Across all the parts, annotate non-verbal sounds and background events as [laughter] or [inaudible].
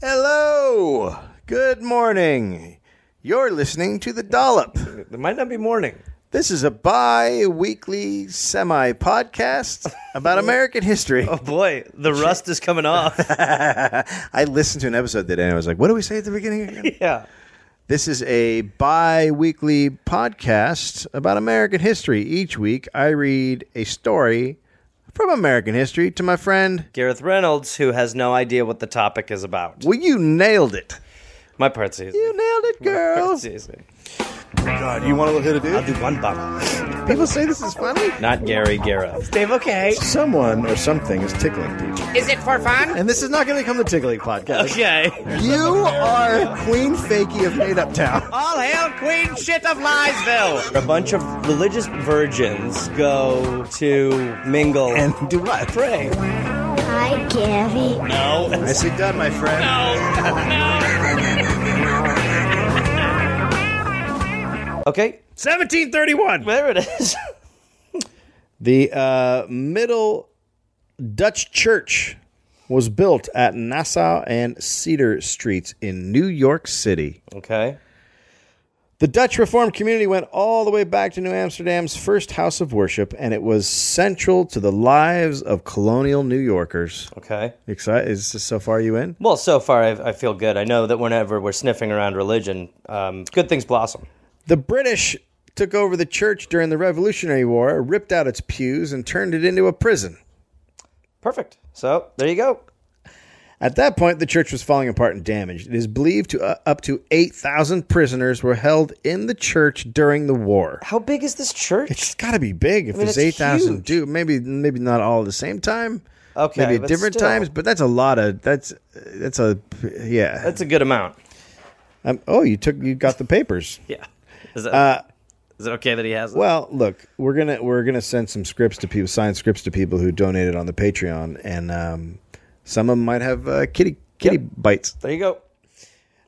Hello. Good morning. You're listening to The Dollop. It might not be morning. This is a bi weekly semi podcast about American history. [laughs] Oh boy, [laughs] the rust is coming off. I listened to an episode today and I was like, what do we say at the beginning [laughs] again? [laughs] yeah. This is a bi weekly podcast about American history. Each week, I read a story from American history to my friend. Gareth Reynolds, who has no idea what the topic is about. Well, you nailed it. My part's easy. You nailed [laughs] it, girl. Part's easy. God, you want to look at it, I'll do one bottle. People say this is funny. Not Gary Gareth. Dave, okay. Someone or something is tickling people. Is it for fun? And this is not going to become the Tickling Podcast. Okay. You are Queen Fakey of Made Up Town. All hail Queen Shit of Liesville! A bunch of religious virgins go to mingle And do what? pray. Hi, Gary. No. Nicely done, my friend. Okay. 1731. There it is. [laughs] The uh, Middle Dutch Church was built at Nassau and Cedar Streets in New York City. Okay. The Dutch Reformed community went all the way back to New Amsterdam's first house of worship, and it was central to the lives of colonial New Yorkers. Okay. Excited? Is this so far you in? Well, so far I, I feel good. I know that whenever we're sniffing around religion, um, good things blossom. The British took over the church during the Revolutionary War, ripped out its pews, and turned it into a prison. Perfect. So there you go. At that point, the church was falling apart and damaged. It is believed to uh, up to 8,000 prisoners were held in the church during the war. How big is this church? It's got to be big if mean, there's it's 8,000 huge. do maybe maybe not all at the same time. Okay, Maybe at but different still. times, but that's a lot of that's that's a yeah. That's a good amount. um, oh, you took you got the papers. Yeah. Is that, is it okay that he has it? Well, look, we're gonna we're gonna send some scripts to people, signed scripts to people who donated on the Patreon, and um, some of them might have uh, kitty kitty bites. there you go.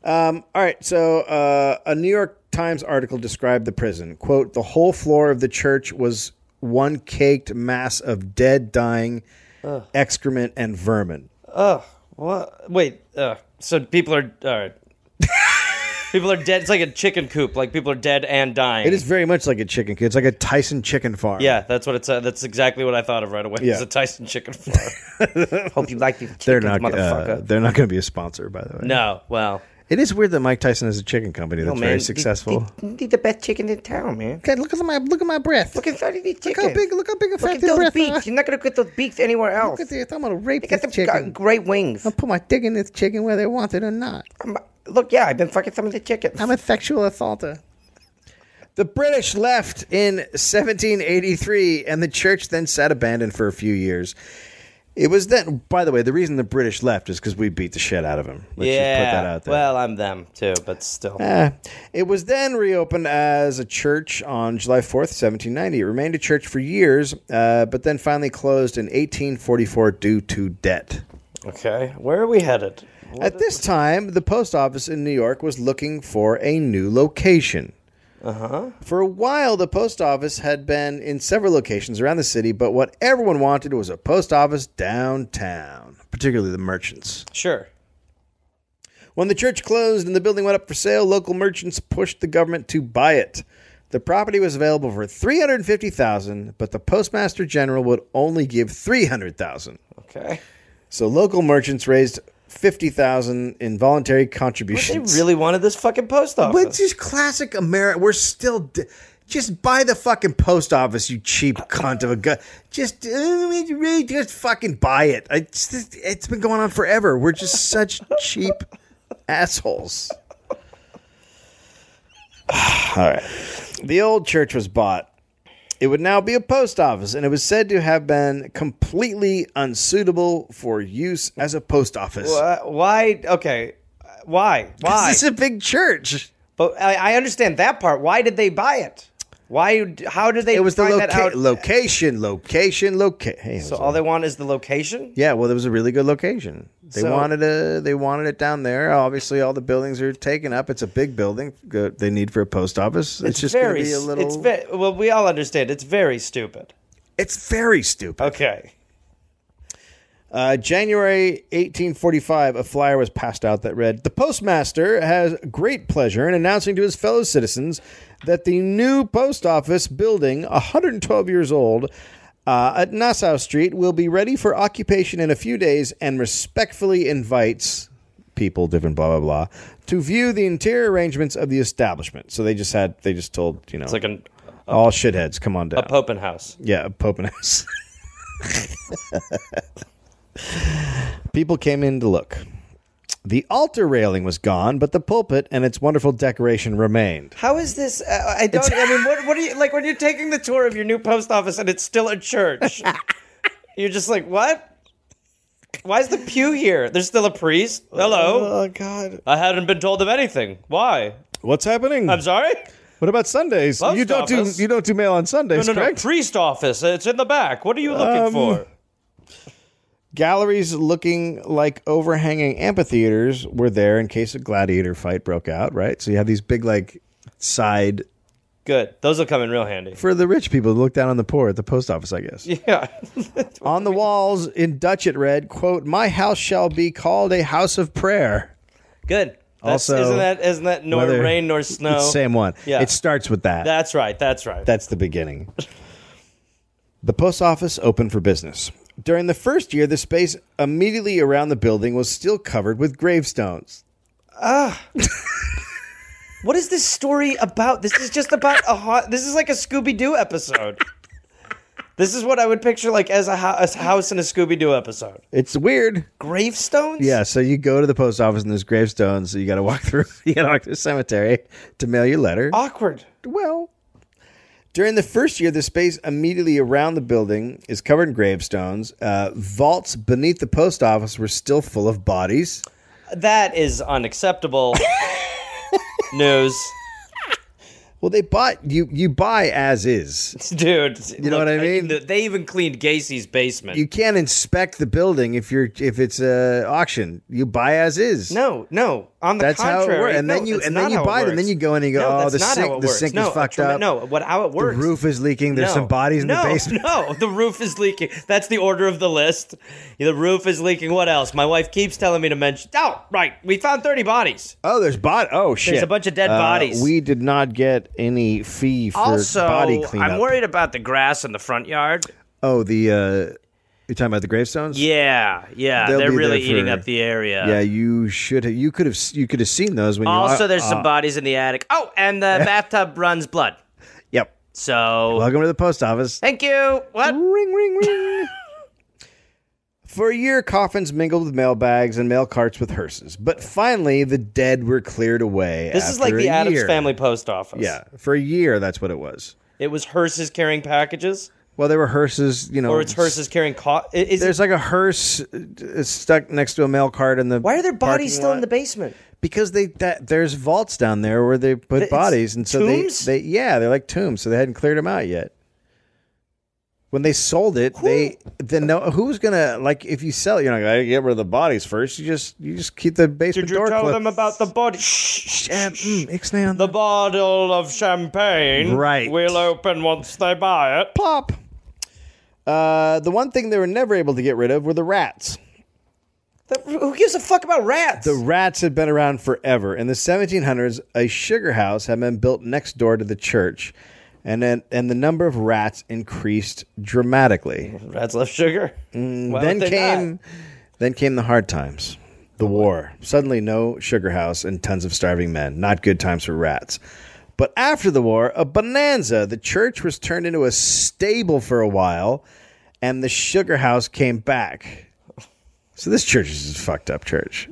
All right, so uh, a New York Times article described the prison. "Quote: The whole floor of the church was one caked mass of dead, dying excrement and vermin." What? Wait. Uh, so people are. All [laughs] right. people are dead. It's like a chicken coop. Like people are dead and dying. It is very much like a chicken. It's like a Tyson chicken farm. Yeah, that's what it's. Uh, that's exactly what I thought of right away. Yeah. It's a Tyson chicken farm. Hope you like these chickens, they're not. motherfucker. Uh, they're not going to be a sponsor, by the way. [laughs] no. Well. It is weird that Mike Tyson has a chicken company that's Oh, very man. successful. They- they- they the best chicken in town, man. Okay, look at my look at my breath. Look inside of these chickens. Look how big! Look how big! Look at those beaks. You're not gonna get those beaks anywhere else. Look at this! I'm gonna rape They got this them chicken. got great wings. I'll put my dick in this chicken whether they want it or not. I'm- look, yeah, I've been fucking some of the chickens. I'm a sexual assaulter. The British left in 1783, and the church then sat abandoned for a few years. It was then, by the way, the reason the British left is because we beat the shit out of them. Let's just put that out there. Well, I'm them too, but still. Eh. it was then reopened as a church on July 4th, 1790. It remained a church for years, uh, but then finally closed in 1844 due to debt. Okay, where are we headed? At this time, the post office in New York was looking for a new location. Uh-huh. For a while, the post office had been in several locations around the city, but what everyone wanted was a post office downtown, particularly the merchants. Sure. When the church closed and the building went up for sale, local merchants pushed the government to buy it. The property was available for 350,000, but the postmaster general would only give 300,000. Okay. So local merchants raised 50,000 in voluntary They contributions. really wanted this fucking post office. But just classic America. We're still. D- just buy the fucking post office, you cheap cunt of a gun. Just, uh, we really just fucking buy it. It's, just- it's been going on forever. We're just such cheap assholes. [sighs] All right. The old church was bought. It would now be a post office, and it was said to have been completely unsuitable for use as a post office. Uh, why? Okay. Uh, [laughs] Why? Why? This is a big church. but I, I understand that part. Why did they buy it? Why? d- How did they? It was the find loca- that out? location, location, location. Hey, So all they want is the location. yeah, well, it was a really good location. They So- wanted a, they wanted it down there. Obviously, all the buildings are taken up. It's a big building. Good. They need for a post office. It's, just going to be a s- little. It's ve- well, we all understand. It's very stupid. it's very stupid. Okay. Uh, January 1845, a flyer was passed out that read The postmaster has great pleasure in announcing to his fellow citizens that the new post office building, 112 years old, uh, at Nassau Street, will be ready for occupation in a few days and respectfully invites people, different blah, blah, blah, to view the interior arrangements of the establishment. So they just had, they just told, you know, It's like an, all shitheads, come on down. a Popen house. Yeah, Popenus. People came in to look. The altar railing was gone, but the pulpit and its wonderful decoration remained. How is this? Uh, I don't. I mean, what, what are you like when you're taking the tour of your new post office and it's still [laughs] a church? you're just like, what? Why is the pew here? There's still a priest. Hello. Oh, God. I hadn't been told of anything. Why? What's happening? I'm sorry. What about Sundays? Post you don't office. do you don't do mail on Sundays, no, no, correct? no. Priest office. It's in the back. What are you looking Um, for? Galleries looking like overhanging amphitheaters were there in case a gladiator fight broke out, right? So you have these big like side Good. Those will come in real handy. for the rich people to look down on the poor at the post office, I guess. Yeah. On the walls in Dutch it read, quote, My house shall be called a house of prayer. Good. That's, Also, isn't that isn't that nor whether- rain nor snow? It's the same one. Yeah. It starts with that. That's right. That's right. That's the beginning. the post office opened for business. During the first year, the space immediately around the building was still covered with gravestones. What is this story about? This is just about a hot. This is like a Scooby Doo episode. This is what I would picture like as a, ho- as a house in a Scooby Doo episode. It's weird. Gravestones? Yeah, so you go to the post office and there's gravestones, so you gotta walk [laughs] through you gotta walk through the cemetery to mail your letter. Awkward. well. During the first year, the space immediately around the building is covered in gravestones. Uh, vaults beneath the post office were still full of bodies. That [laughs] is unacceptable. News, Well, they bought you. You buy as is. dude. You know what I mean? They even cleaned Gacy's basement. You can't inspect the building if you're if it's a auction. You buy as is. no, no. On the That's how it contrary, works. And no, then you- that's and then not you how buy it, and works. then you go in and you go, No, "Oh, that's the not sink- how it the works. sink is no, a fucked trema- up. No, what how it the works? roof is leaking. There's no, some bodies in no, the basement. [laughs] No, the roof is leaking. That's the order of the list. The roof is leaking. What else? My wife keeps telling me to mention. Oh, right. We found 30 bodies. [laughs] Oh, there's body. Oh shit. a bunch of dead Uh, bodies. we did not get any fee for Also, body cleanup. I'm worried about the grass in the front yard. Oh, the uh, you're talking about the gravestones. Yeah, yeah. They'll they are be really there eating for- up the area. Yeah, you should have. You could have. You could have seen those when you. Also, there's some uh, bodies in the attic. Oh, [laughs] and the bathtub runs blood. Yep. So, Welcome to the post office. thank you. What? Ring, ring, ring. For a year, coffins mingled with mail bags and mail carts with hearses, but finally, the dead were cleared away. This is like after the a Adams year. Family Post Office. Yeah, for a year, that's what it was. It was hearses carrying packages, Well, there were hearses, you know. or it's hearses carrying. Co- is There's like a hearse uh, stuck next to a mail cart in the. Why are their bodies parking still in lot. the basement? because they that there's vaults down there where they put It's bodies, and so tombs? they they yeah they're like tombs, so they hadn't cleared them out yet. When they sold it, they then no who's gonna like if you sell it, you're not gonna get rid of the bodies first. You just you just keep the basement Did you door tell closed. them about the body? Shh, Yeah, mm, ixnay on The bottle of champagne. Right. We'll open once they buy it. pop. Uh, the one thing they were never able to get rid of were the rats. who gives a fuck about rats? The rats had been around forever. In the 1700s, a sugar house had been built next door to the church, and then, and the number of rats increased dramatically. rats love sugar. Why Mm, then would they not? came then came the hard times. The war. Suddenly no sugar house and tons of starving men. Not good times for rats. But after the war, a bonanza. The church was turned into a stable for a while, and the sugar house came back. So this church is a fucked up church.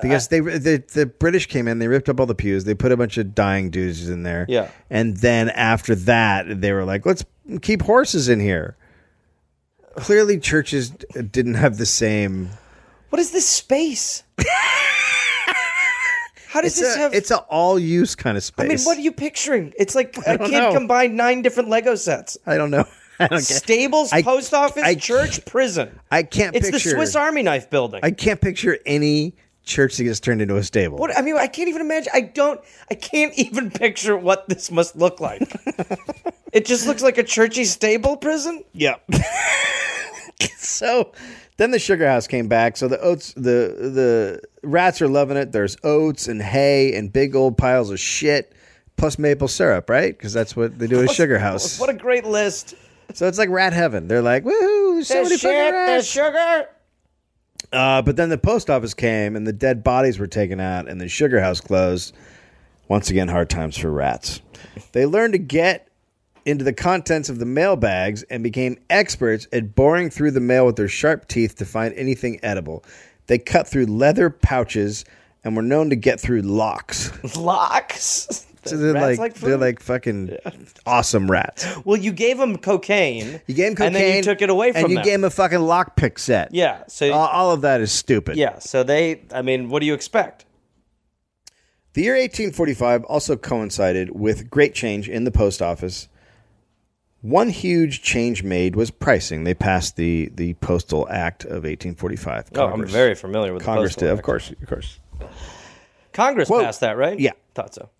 because they the, the British came in, they ripped up all the pews, they put a bunch of dying dudes in there. Yeah. And then after that, they were like, let's keep horses in here clearly churches d- didn't have the same What is this [laughs] space? How does it's this a, have? it's a all use kind of I space mean, what are you picturing? It's like a don't kid know. combined nine different Lego sets. i don't know [laughs] i don't get Stables, I- post office, I- church, prison. i can't it's picture the Swiss Army knife building. i can't picture any church that gets turned into a stable What I mean, I can't even imagine. I don't. I can't [laughs] even picture what this must [laughs] look like. it just looks like a churchy stable prison. yeah so Then the sugar house came back, so the oats, the the rats are loving it. There's oats and hay and big old piles of shit, plus maple syrup, right? Because that's what they do at a sugar house. What a great list. so it's like rat heaven. They're like, woohoo, there's so many fucking rats. sugar. Uh, but then the post office came, and the dead bodies were taken out, and the sugar house closed. Once again, hard times for rats. They learned to get into the contents of the mail bags and became experts at boring through the mail with their sharp teeth to find anything edible. They cut through leather pouches and were known to get through [laughs] locks. [laughs] Locks. [laughs] So they're Rats like, they're food. like fucking awesome rats. Well, you gave them cocaine. You gave him cocaine, and then you took it away from and you them. gave Uh, him a fucking lockpick set. yeah. So all, all of that is stupid. yeah. So they. I mean, what do you expect? The year 1845 also coincided with great change in the post office. One huge change made was pricing. They passed the, the Postal Act of 1845. Oh, I'm very familiar with Congress the Postal did, of Act. course, of course. Congress Quote. passed that, right? Yeah. Thought so.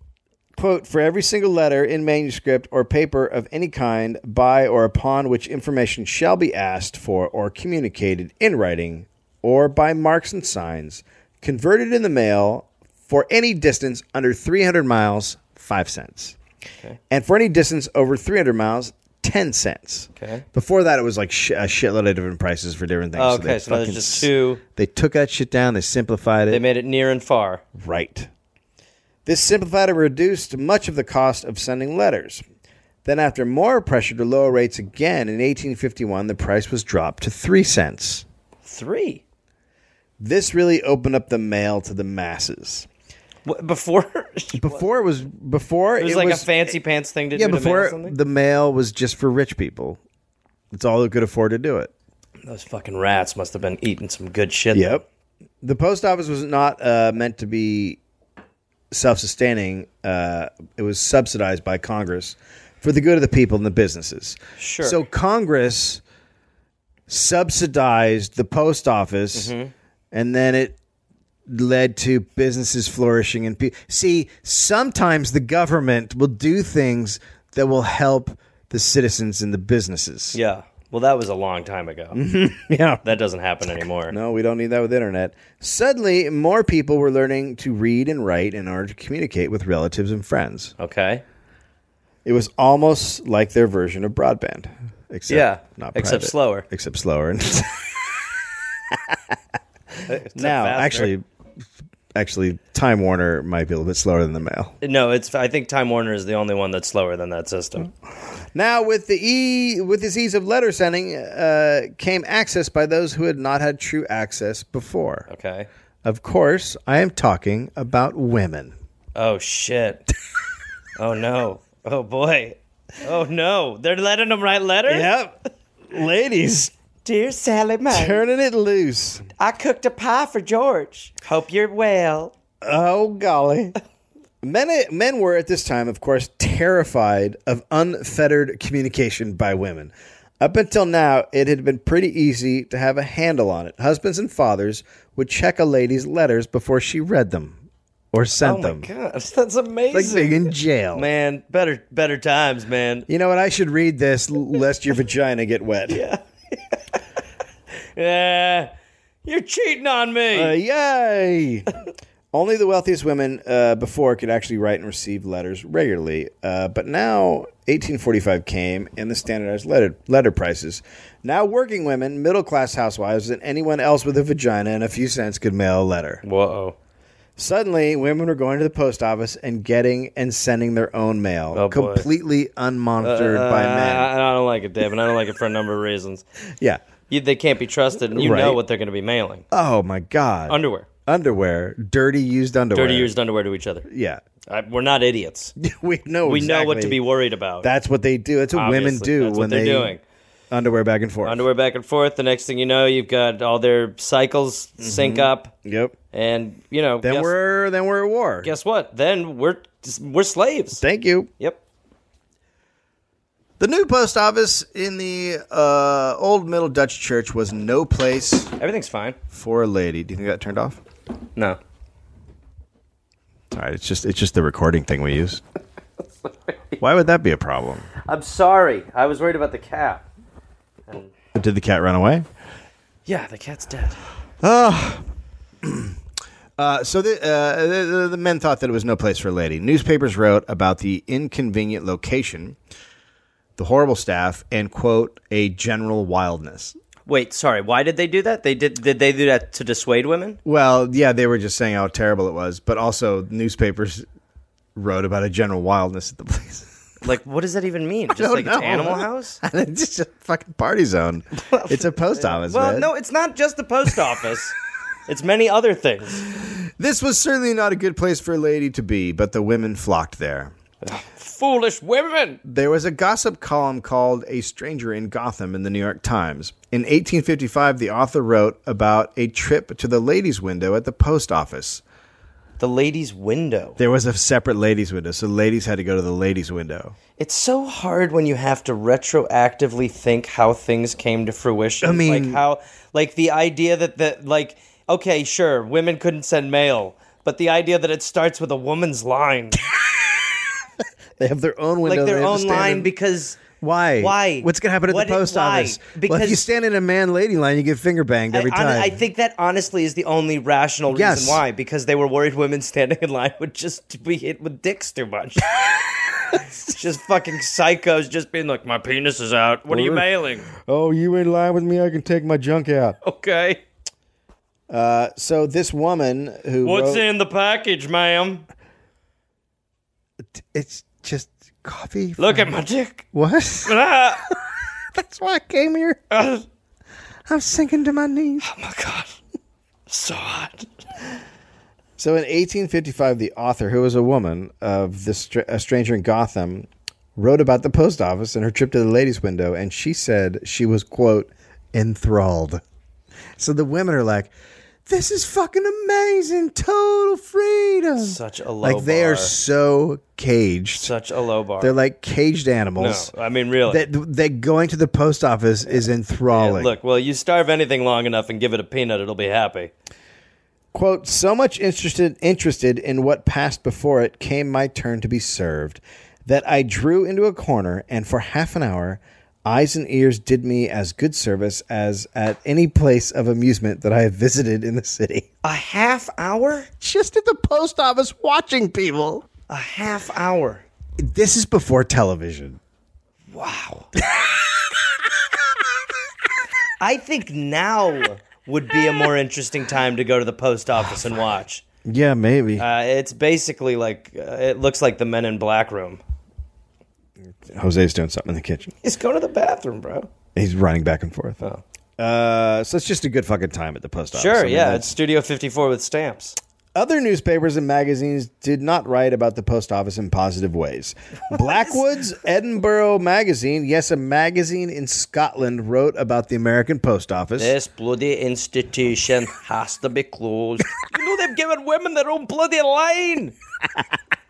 Quote, for every single letter in manuscript or paper of any kind by or upon which information shall be asked for or communicated in writing or by marks and signs converted in the mail for any distance under 300 miles, 5 cents. And for any distance over 300 miles, 10 cents. Okay. Before that, it was like sh- a shitload of different prices for different things. okay, they so now there's fucking just s- two. They took that shit down, they simplified it. They made it near and far. Right. This simplified and reduced much of the cost of sending letters. Then, after more pressure to lower rates again in 1851, the price was dropped to three cents. Three. This really opened up the mail to the masses. What, before [laughs] it Before it was before it was like a fancy pants thing to yeah do. to mail before something? the mail was just for rich people. It's all who could afford to do it. Those fucking rats must have been eating some good shit. Yep. The post office was not uh, meant to be self-sustaining. Uh, it was subsidized by Congress for the good of the people and the businesses. Sure. So Congress subsidized the post office, and then it led to businesses flourishing and pe- see sometimes the government will do things that will help the citizens and the businesses Yeah. Well, that was a long time ago. yeah that doesn't happen anymore. Mm-hmm. No, we don't need that with the internet. Suddenly, more people were learning to read and write in order to communicate with relatives and friends. Okay. It was almost like their version of broadband, except Yeah, not except private. slower. except slower. [laughs] now, faster. actually, actually, Time Warner might be a little bit slower than the mail. No, it's. I think Time Warner is the only one that's slower than that system. Mm-hmm. Now, with the e with this ease of letter sending, uh, came access by those who had not had true access before. Okay. Of course, I am talking about women. [laughs] Oh shit. oh no. Oh boy. Oh no. They're letting them write letters. Yep. Ladies, Dear Sally Mae, turning it loose. I cooked a pie for George. Hope you're well. Oh, golly. Men, men were at this time, of course, terrified of unfettered communication by women. Up until now, it had been pretty easy to have a handle on it. Husbands and fathers would check a lady's letters before she read them or sent Oh my them. god, that's Like amazing. being in jail. man, better better times, man. You know what? I should read this l- lest your vagina get wet. Yeah. You're cheating on me. Uh, [laughs] yay! Only the wealthiest women uh, before could actually write and receive letters regularly, uh, but now 1845 came and the standardized letter letter prices. Now working women, middle class housewives, and anyone else with a vagina and a few cents could mail a letter. Whoa. Suddenly, women were going to the post office and getting and sending their own mail, Oh, boy. Uh, completely unmonitored by men. I, I don't like it, Dave, and I don't like it for a number of reasons. Yeah. You, they can't be trusted, and you know Right. what they're going to be mailing. Oh my God. Underwear. underwear, dirty used underwear. Dirty used underwear to each other. Yeah. [laughs] I, we're not idiots. we know. We know what to exactly. be worried about. That's what they do. That's what women Obviously, do that's what when they're they doing. underwear back and forth. Underwear back and forth. The next thing you know, you've got all their cycles sync up, Yep. and you know. Mm-hmm. Then guess, we're then we're at war. guess what? Then we're we're slaves. Thank you. Yep. The new post office in the uh, old Middle Dutch church was no place Everything's fine. for a lady. Do you think that turned off? No. All right. It's just it's just the recording thing we [laughs] use. Why would that be a problem? I'm sorry. I was worried about the cat. Did the cat run away? Yeah, the cat's dead. Uh, so the, uh, the, the, the men thought that it was no place for a lady. Newspapers wrote about the inconvenient location, the horrible staff, and quote a general wildness. Wait, sorry. Why did they do that? They did. Did they do that to dissuade women? Well, yeah, they were just saying how terrible it was, but also newspapers wrote about a general wildness at the [laughs] place. Like, what does that [laughs] even mean? Just don't like it's know. Animal House? it's just a fucking party [laughs] zone. It's a post office. Well, man. no, it's not just the post [laughs] office. it's many other things. This was certainly not a good place for a lady to be, but the women flocked there. Foolish women. There was a gossip column called A Stranger in Gotham in the New York Times. In 1855, the author wrote about a trip to the ladies' window at the post office. The ladies' window. There was a separate ladies' window, so ladies had to go to the ladies' window. It's so hard when you have to retroactively think how things came to fruition. I mean- like how, like the idea that that like, okay, sure, women couldn't send mail, but the idea that it starts with a woman's [laughs] line, They have their own window. like they their have to own stand line, in- because why? Why? What's gonna happen at What- the post why? office? Because well, if you stand in a man-lady line, you get finger banged every I, hon- time. I think that honestly is the only rational reason Yes. why, because they were worried women standing in line would just be hit with dicks [laughs] too much. It's just fucking psychos just being like, my penis is out. What are you Word. mailing? oh, you in line with me? I can take my junk out. Okay. So this woman who What's wrote- in the package, ma'am? It's just coffee. Look at my dick. [laughs] What? [laughs] Ah! That's why I came here. oh I'm sinking to my knees. my god. So hot. So in 1855, the author, who was a woman of the Str- a Stranger in Gotham, wrote about the post office and her trip to the ladies' window, and she said she was quote enthralled. So the women are like, "This is fucking amazing, total freedom." Such a low like they are bar. so caged. Such a low bar. They're like caged no, animals. I mean really. That that going to the post office is enthralling. Look, well, you starve anything long enough and give it a peanut, it'll be happy. quote so much interested interested in what passed before it came my turn to be served that i drew into a corner and for half an hour eyes and ears did me as good service as at any place of amusement that i have visited in the city A half hour? just at the post office watching people A half hour. this is before television Wow. I think now would be a more interesting time to go to the post office and watch. yeah maybe Uh, it's basically like uh, it looks like the Men in Black room. jose's doing something in the kitchen Just go to the bathroom, bro. he's running back and forth uh, so it's just a good fucking time at the post office Oh. Sure, I mean, yeah, that's- it's Studio 54 with stamps. Other newspapers and magazines did not write about the post office in positive [laughs] ways. Blackwood's Edinburgh Magazine, yes, a magazine in Scotland, wrote about the American post office. This bloody institution has to be closed. you know they've given women their own bloody line.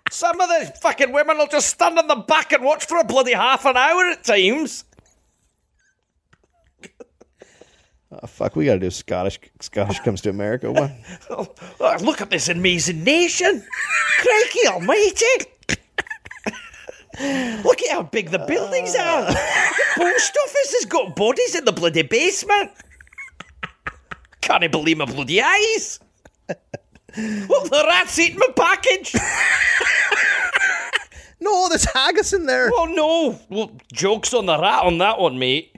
Some of these fucking women will just stand on the back and watch for a bloody half an hour at times. Oh, fuck, we got to do Scottish. Scottish comes to America one. Oh, oh, look at this amazing nation. Crikey almighty. look at how big the buildings are. The post office has got bodies in the bloody basement. Can't I believe my bloody eyes. Look, the rat's eating my package. [laughs] no, there's haggis in there. Oh no. Well, joke's on the rat on that one, mate.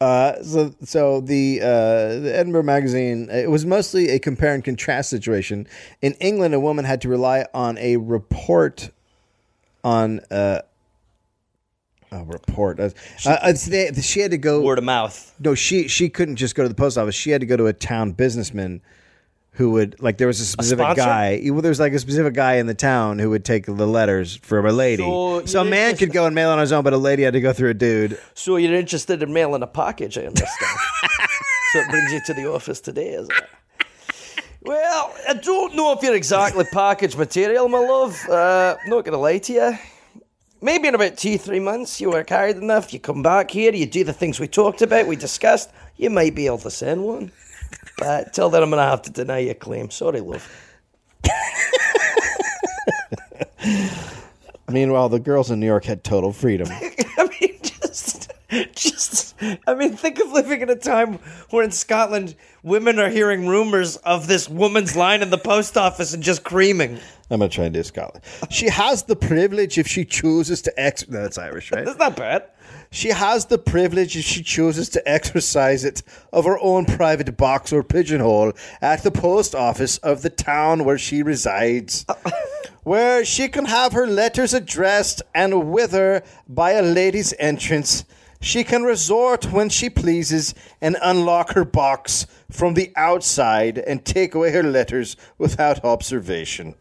Uh, so, so the, uh, the Edinburgh Magazine, it was mostly a compare and contrast situation. In England, a woman had to rely on a report on. Uh, a report. Uh, uh, it's- they- she had to go. Word of mouth. no she she couldn't just go to the post office she had to go to a town businessman who would like there was a specific sponsor? guy well there was like a specific guy in the town who would take the letters from a lady So so, you a didn't man just- could go and mail on his own but a lady had to go through a dude So you're interested in mailing a package, I understand. so it brings you to the office today, is it? Well, I don't know if you're exactly package material, my love. Uh, not going to lie to you. Maybe in about two, three months, you work hard enough, you come back here, you do the things we talked about, we discussed, you might be able to send one. But till then, I'm going to have to deny your claim. Sorry, love. meanwhile the girls in new york had total freedom I mean, [laughs] just, just I mean, think of living in a time where in Scotland women are hearing rumors of this woman's line in the post office and just creaming. I'm gonna try and do Scotland. She has the privilege if she chooses to ex. No, that's Irish, right? That's not bad. She has the privilege if she chooses to exercise it of her own private box or pigeonhole at the post office of the town where she resides, where she can have her letters addressed and with her by a lady's entrance. She can resort when she pleases and unlock her box from the outside and take away her letters without observation.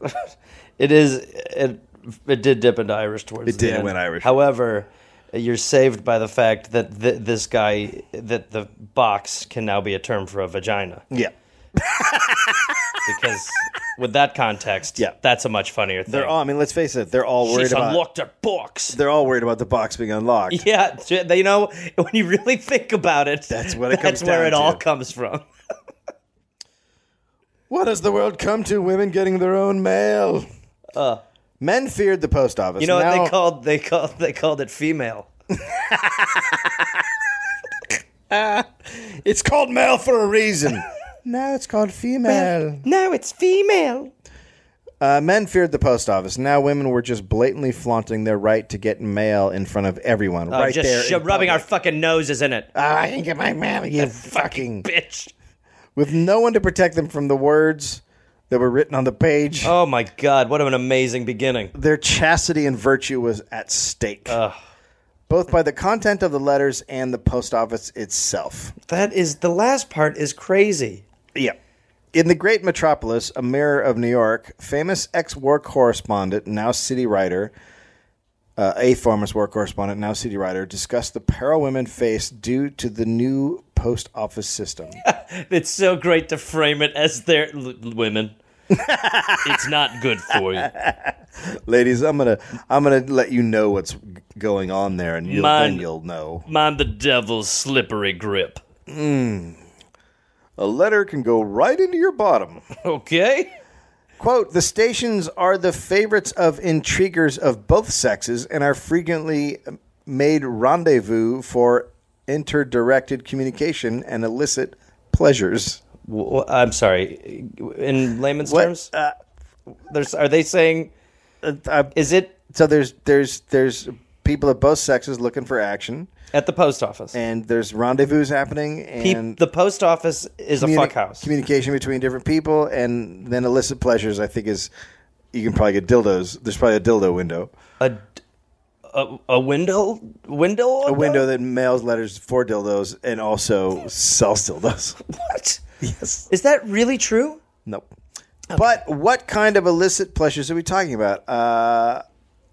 It is. It it did dip into Irish towards. It did, it went Irish. However, you're saved by the fact that th- this guy that the box can now be a term for a vagina yeah. [laughs] because with that context, Yeah. that's a much funnier thing. They're all, I mean, let's face it, they're all worried She's about unlocked her box. they're all worried about the box being unlocked. Yeah, t- you know, when you really think about it, That's what it that's comes where down it all to. comes from. What has the world come to? Women getting their own mail. Men feared the post office. Uh. You know now, what they called they called they called it female. It's called mail for a [laughs] reason. now it's called female. No, it's female. Uh, men feared the post office. Now women were just blatantly flaunting their right to get mail in front of everyone. right Uh, just there. sho- in rubbing our public. fucking noses [laughs] in it, Ah, I can get my mail, [laughs] you fucking. bitch. With no one to protect them from the words that were written on the page. Oh my god, what an amazing beginning. their chastity and virtue was at stake, both by the content of the letters and the post office itself. That is the last part is crazy. Yeah. In the great metropolis, a mirror of New York, famous ex war correspondent, now city writer, uh, a famous war correspondent, now city writer, discussed the peril women face due to the new post office system. It's so great to frame it as their l- [laughs] women. it's not good for you. Ladies, I'm gonna I'm gonna let you know what's g- going on there, and you'll, then Mine- you'll know. Mind the devil's slippery grip. A letter can go right into your bottom. Okay. Quote, the stations are the favorites of intriguers of both sexes and are frequently made rendezvous for interdirected communication and illicit pleasures. W- w- I'm sorry. In layman's terms, Uh, there's, are they saying? uh, Is it so there's there's there's people of both sexes looking for action at the post office? and there's rendezvous happening Peop- and the post office is a communi- fuck house. communication between different people and then illicit pleasures I think is you can probably get dildos. There's probably a dildo window. a, d- a a window window A window that mails letters for dildos and also sells dildos. [laughs] What? Yes. Is that really true? Nope. But what kind of illicit pleasures are we talking about? Uh,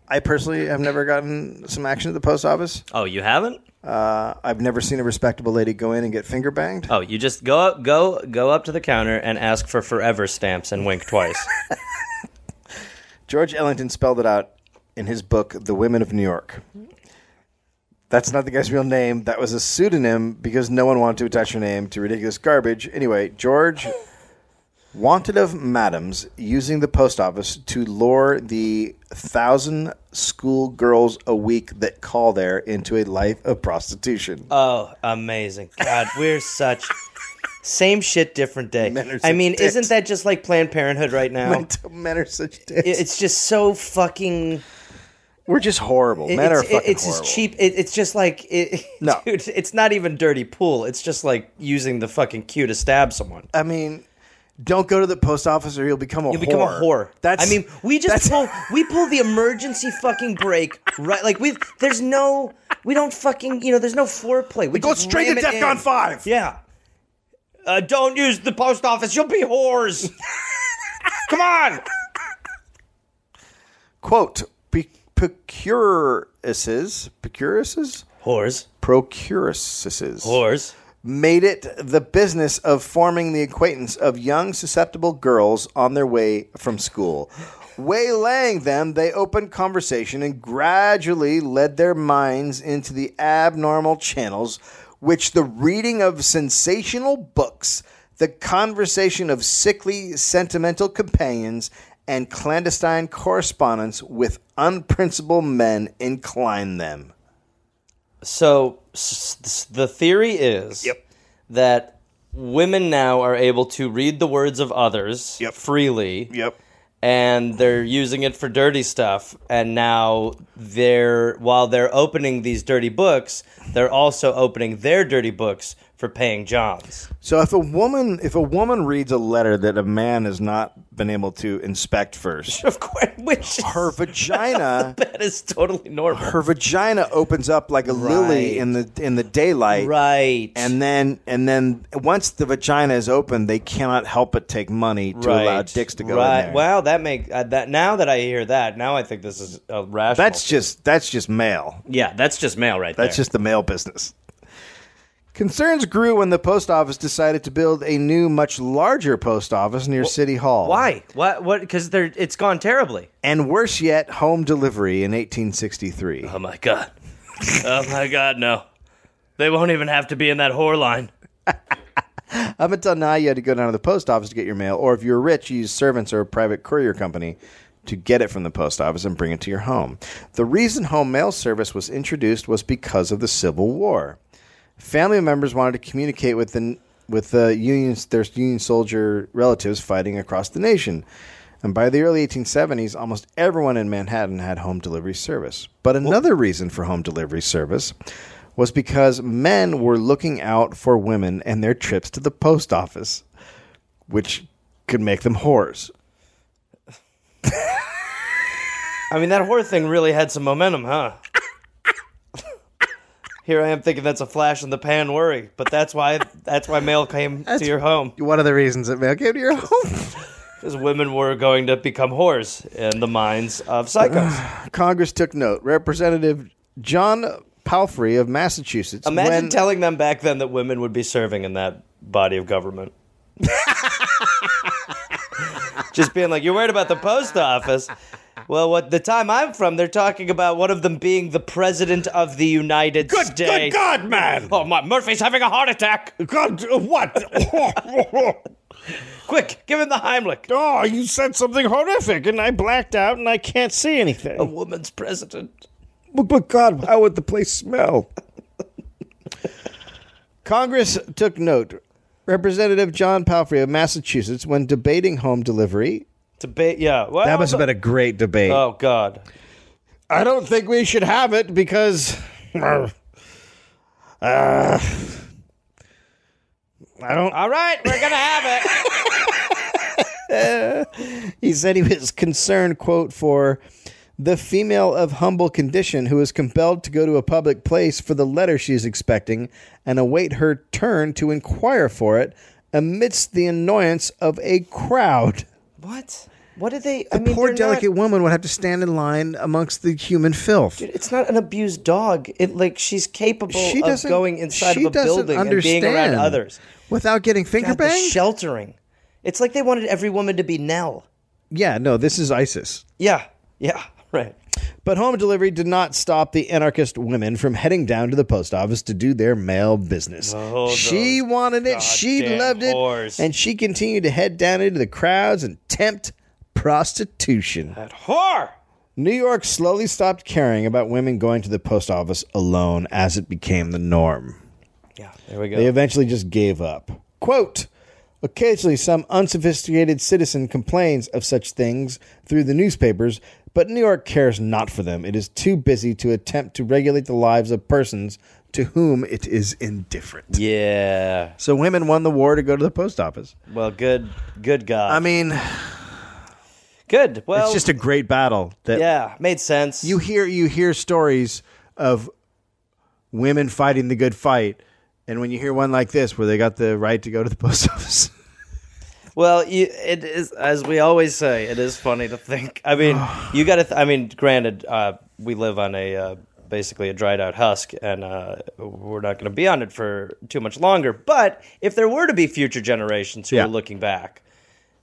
I personally have never gotten some action at the post office. Oh, you haven't? Uh, I've never seen a respectable lady go in and get finger banged. Oh, you just go up, go go up to the counter and ask for forever stamps and wink [laughs] twice. George Ellington spelled it out in his book, The Women of New York. That's not the guy's real name. That was a pseudonym because no one wanted to attach her name to ridiculous garbage. Anyway, George wanted of madams using the post office to lure the thousand schoolgirls a week that call there into a life of prostitution. [laughs] oh, amazing! God, we're such same shit, different Men are day. I such mean, dicks. isn't that just like Planned Parenthood right now? It- men are such dicks. It's just so fucking. We're just horrible. it- men it's, are fucking it- It's horrible. just cheap. It, it's just like it, [laughs] No. dude. It's not even dirty pool. It's just like using the fucking cue to stab someone. I mean, don't go to the post office or you'll become a You become a whore. That's I mean, we that's- just pull we pull the emergency fucking break right. Like we there's no we don't fucking you know there's no foreplay. We go just straight to ram it DEFCON in. five. Yeah. Uh, don't use the post office. You'll be whores. [laughs] Come on. Quote Pe- Procuruses, Procuruses, Whores. Procuruses Whores. made it the business of forming the acquaintance of young susceptible girls on their way from school. Waylaying them, they opened conversation and gradually led their minds into the abnormal channels which the reading of sensational books, the conversation of sickly, sentimental companions, and clandestine correspondence with unprincipled men incline them. So s- s- the theory is Yep. that women now are able to read the words of others Yep. freely. Yep. and they're using it for dirty stuff and now they're while they're opening these dirty books they're also opening their dirty books for paying jobs So if a woman if a woman reads a letter that a man has not been able to inspect first, [laughs] [laughs] of course which is, her vagina [laughs] that is totally normal her vagina opens up like a lily Right. in the in the daylight. right And then and then once the vagina is open, they cannot help but take money to allow dicks to go right in there. wow that make uh, that now that i hear that now i think this is a rational that's just that's just male. yeah that's just male right That's there just the mail business. Concerns grew when the post office decided to build a new, much larger post office near City Hall. why what what because they're it's gone terribly And worse yet, home delivery in 1863. Oh my god. Oh my god, no. They won't even have to be in that whore line. [laughs] Up until now, you had to go down to the post office to get your mail, or if you were rich, you used servants or a private courier company to get it from the post office and bring it to your home. The reason home mail service was introduced was because of the Civil War. Family members wanted to communicate with the with the unions, their Union soldier relatives fighting across the nation. And by the early 1870s, almost everyone in Manhattan had home delivery service. But another reason for home delivery service was because men were looking out for women and their trips to the post office, which could make them whores. I mean, that whore thing really had some momentum, huh? Here I am thinking that's a flash in the pan worry, but that's why that's why mail came to your home One of the reasons that mail came to your home. because women were going to become whores in the minds of psychos. Congress took note. Representative John Palfrey of Massachusetts. Imagine when- telling them back then that women would be serving in that body of government. [laughs] Just being like, you're worried about the post office. Well, what the time I'm from, they're talking about one of them being the president of the United States. God, man! Oh my! Murphy's having a heart attack. God, uh, what? [laughs] Quick, give him the Heimlich. oh, you said something horrific, and I blacked out, and I can't see anything. A woman's president. but, but God, how would the place smell? Congress took note. Representative John Palfrey of Massachusetts, when debating home delivery, Debate. Yeah. Well, been a great debate. Oh God. I don't think we should have it because. Uh, I don't. All right, we're gonna have [laughs] it. He said he was concerned, quote, for the female of humble condition who is compelled to go to a public place for the letter she is expecting and await her turn to inquire for it amidst the annoyance of a crowd. what? What did they? I mean, Poor they're not- delicate woman would have to stand in line amongst the human filth. it's not an abused dog. It like she's capable She of doesn't going inside she of a doesn't building understand and being around others. without getting finger God, the banged. sheltering. It's like they wanted every woman to be Nell. yeah, no, this is ISIS. Yeah. Yeah. [laughs] Right. But home delivery did not stop the anarchist women from heading down to the post office to do their mail business. she wanted it, she Oh, goddamn loved it, whores. and she continued to head down into the crowds and tempt prostitution. That whore. New York slowly stopped caring about women going to the post office alone as it became the norm. Yeah. There we go. They eventually just gave up. Quote Occasionally, some unsophisticated citizen complains of such things through the newspapers, but New York cares not for them. It is too busy to attempt to regulate the lives of persons to whom it is indifferent. yeah. So, women won the war to go to the post office. Well, good. Good God. I mean, good. Well, it's just a great battle that yeah. Made sense. you hear you hear stories of women fighting the good fight, and when you hear one like this where they got the right to go to the post [laughs] office. Well, you, it is as we always say. It is funny to think. I mean, you got to. Th- I mean, granted, uh, we live on a uh, basically a dried out husk, and uh, we're not going to be on it for too much longer. But if there were to be future generations who Yeah. were looking back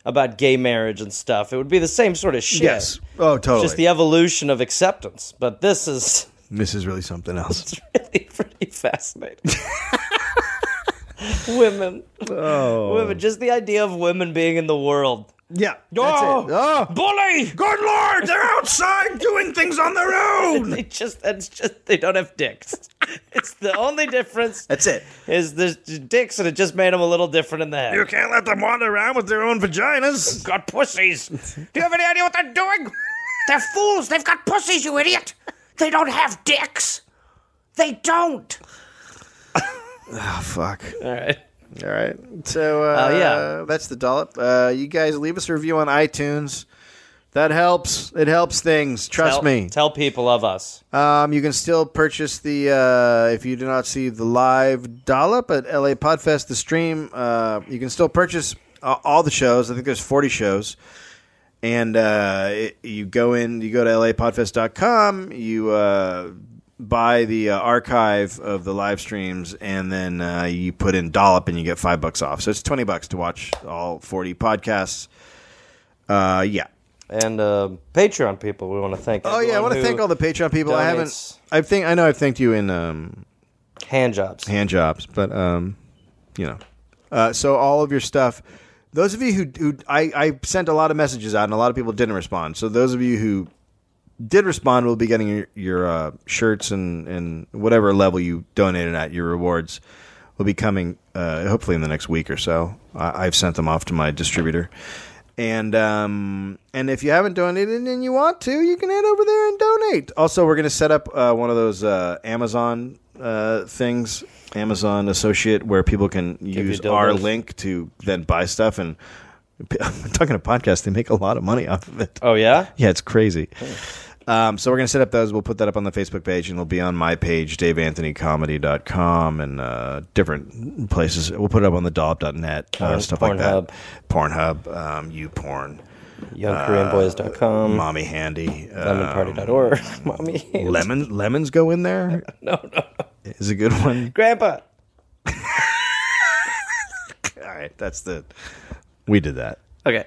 about gay marriage and stuff, it would be the same sort of shit. Yes. Oh, It's totally. Just the evolution of acceptance. But this is [laughs] this is really something else. really pretty [laughs] fascinating. Oh. women, women. Just the idea of women being in the world. Yeah. Oh, Oh, bully! Good lord, they're outside doing things on their own. [laughs] They just, it's just, they don't have dicks. [laughs] It's the only difference. [laughs] That's it. Is there's dicks, and it just made them a little different in the head. You can't let them wander around with their own vaginas. got pussies. Do you have any idea what they're doing? They're fools. They've got pussies, you idiot. They don't have dicks. They don't. Oh, Fuck. All right. All right. So, uh, yeah. that's the dollop. Uh, you guys leave us a review on iTunes. That helps. It helps things. Trust Tell- me. Tell people of us. Um, you can still purchase the uh, if you do not see the live dollop at LA Podfest. The stream uh, you can still purchase uh, all the shows. I think there's 40 shows, and uh, it, you go in. You go to lapodfest.com. You uh, buy the uh, archive of the live streams, and then uh, you put in dollop, and you get five bucks off. So it's 20 bucks to watch all 40 podcasts. Uh, yeah. And uh, Patreon people, we want to thank. Oh yeah, I want to thank all the Patreon people. I haven't. donates. I think I know. I've thanked you in. Um, hand jobs. hand jobs, but um, you know. Uh, so all of your stuff. Those of you who, who I, I sent a lot of messages out, and a lot of people didn't respond. So those of you who did respond will be getting your, your uh, shirts and, and whatever level you donated at. Your rewards will be coming uh, hopefully in the next week or so. I, I've sent them off to my distributor. And um, and if you haven't donated and you want to, you can head over there and donate. Also, we're going to set up uh, one of those uh, Amazon uh, things, Amazon Associate, where people can use dildos. our link to then buy stuff. And [laughs] I'm talking to podcasts; they make a lot of money off of it. Oh yeah. Yeah, it's crazy. Um, so we're going to set up those. We'll put that up on the Facebook page and it'll be on my page, daveanthonycomedy.com and uh, different places. We'll put it up on the dollop.net, uh, stuff like that. Pornhub, um, YouPorn, YoungKoreanBoys.com. Mommy Handy. Uh, lemonparty.org. [laughs] Mommy. lemon, lemons go in there? [laughs] no, no. Is a good one. Grandpa. All right, that's the. We did that. Okay.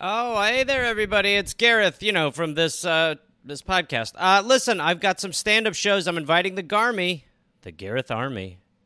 Oh, hey there, everybody. It's Gareth, you know, from this uh, this podcast. Uh, listen, I've got some stand up shows I'm inviting the Garmy, the Gareth Army,